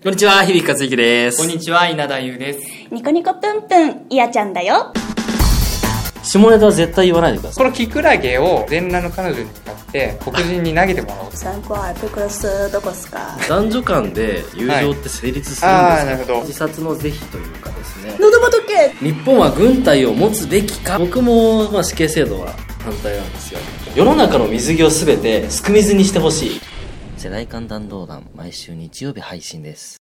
こんにちは、響克之でこんす。にちは、稲田優です。ニコニコぷんぷん、いやちゃんだよ。下ネタは絶対言わないでくださこのキクラゲを全裸の彼女に向かって黒人に投げてもらおう。参考アイプクロスどこっすかい。男女間で友情って成立するんですか、はいあーなるほど自殺の是非というかですね。喉元け日本は軍隊を持つべきか僕も、まあ、死刑制度は反対なんですよ。世の中の水着をすべてすく水にしてほしい。世代間弾道弾、毎週日曜日配信です。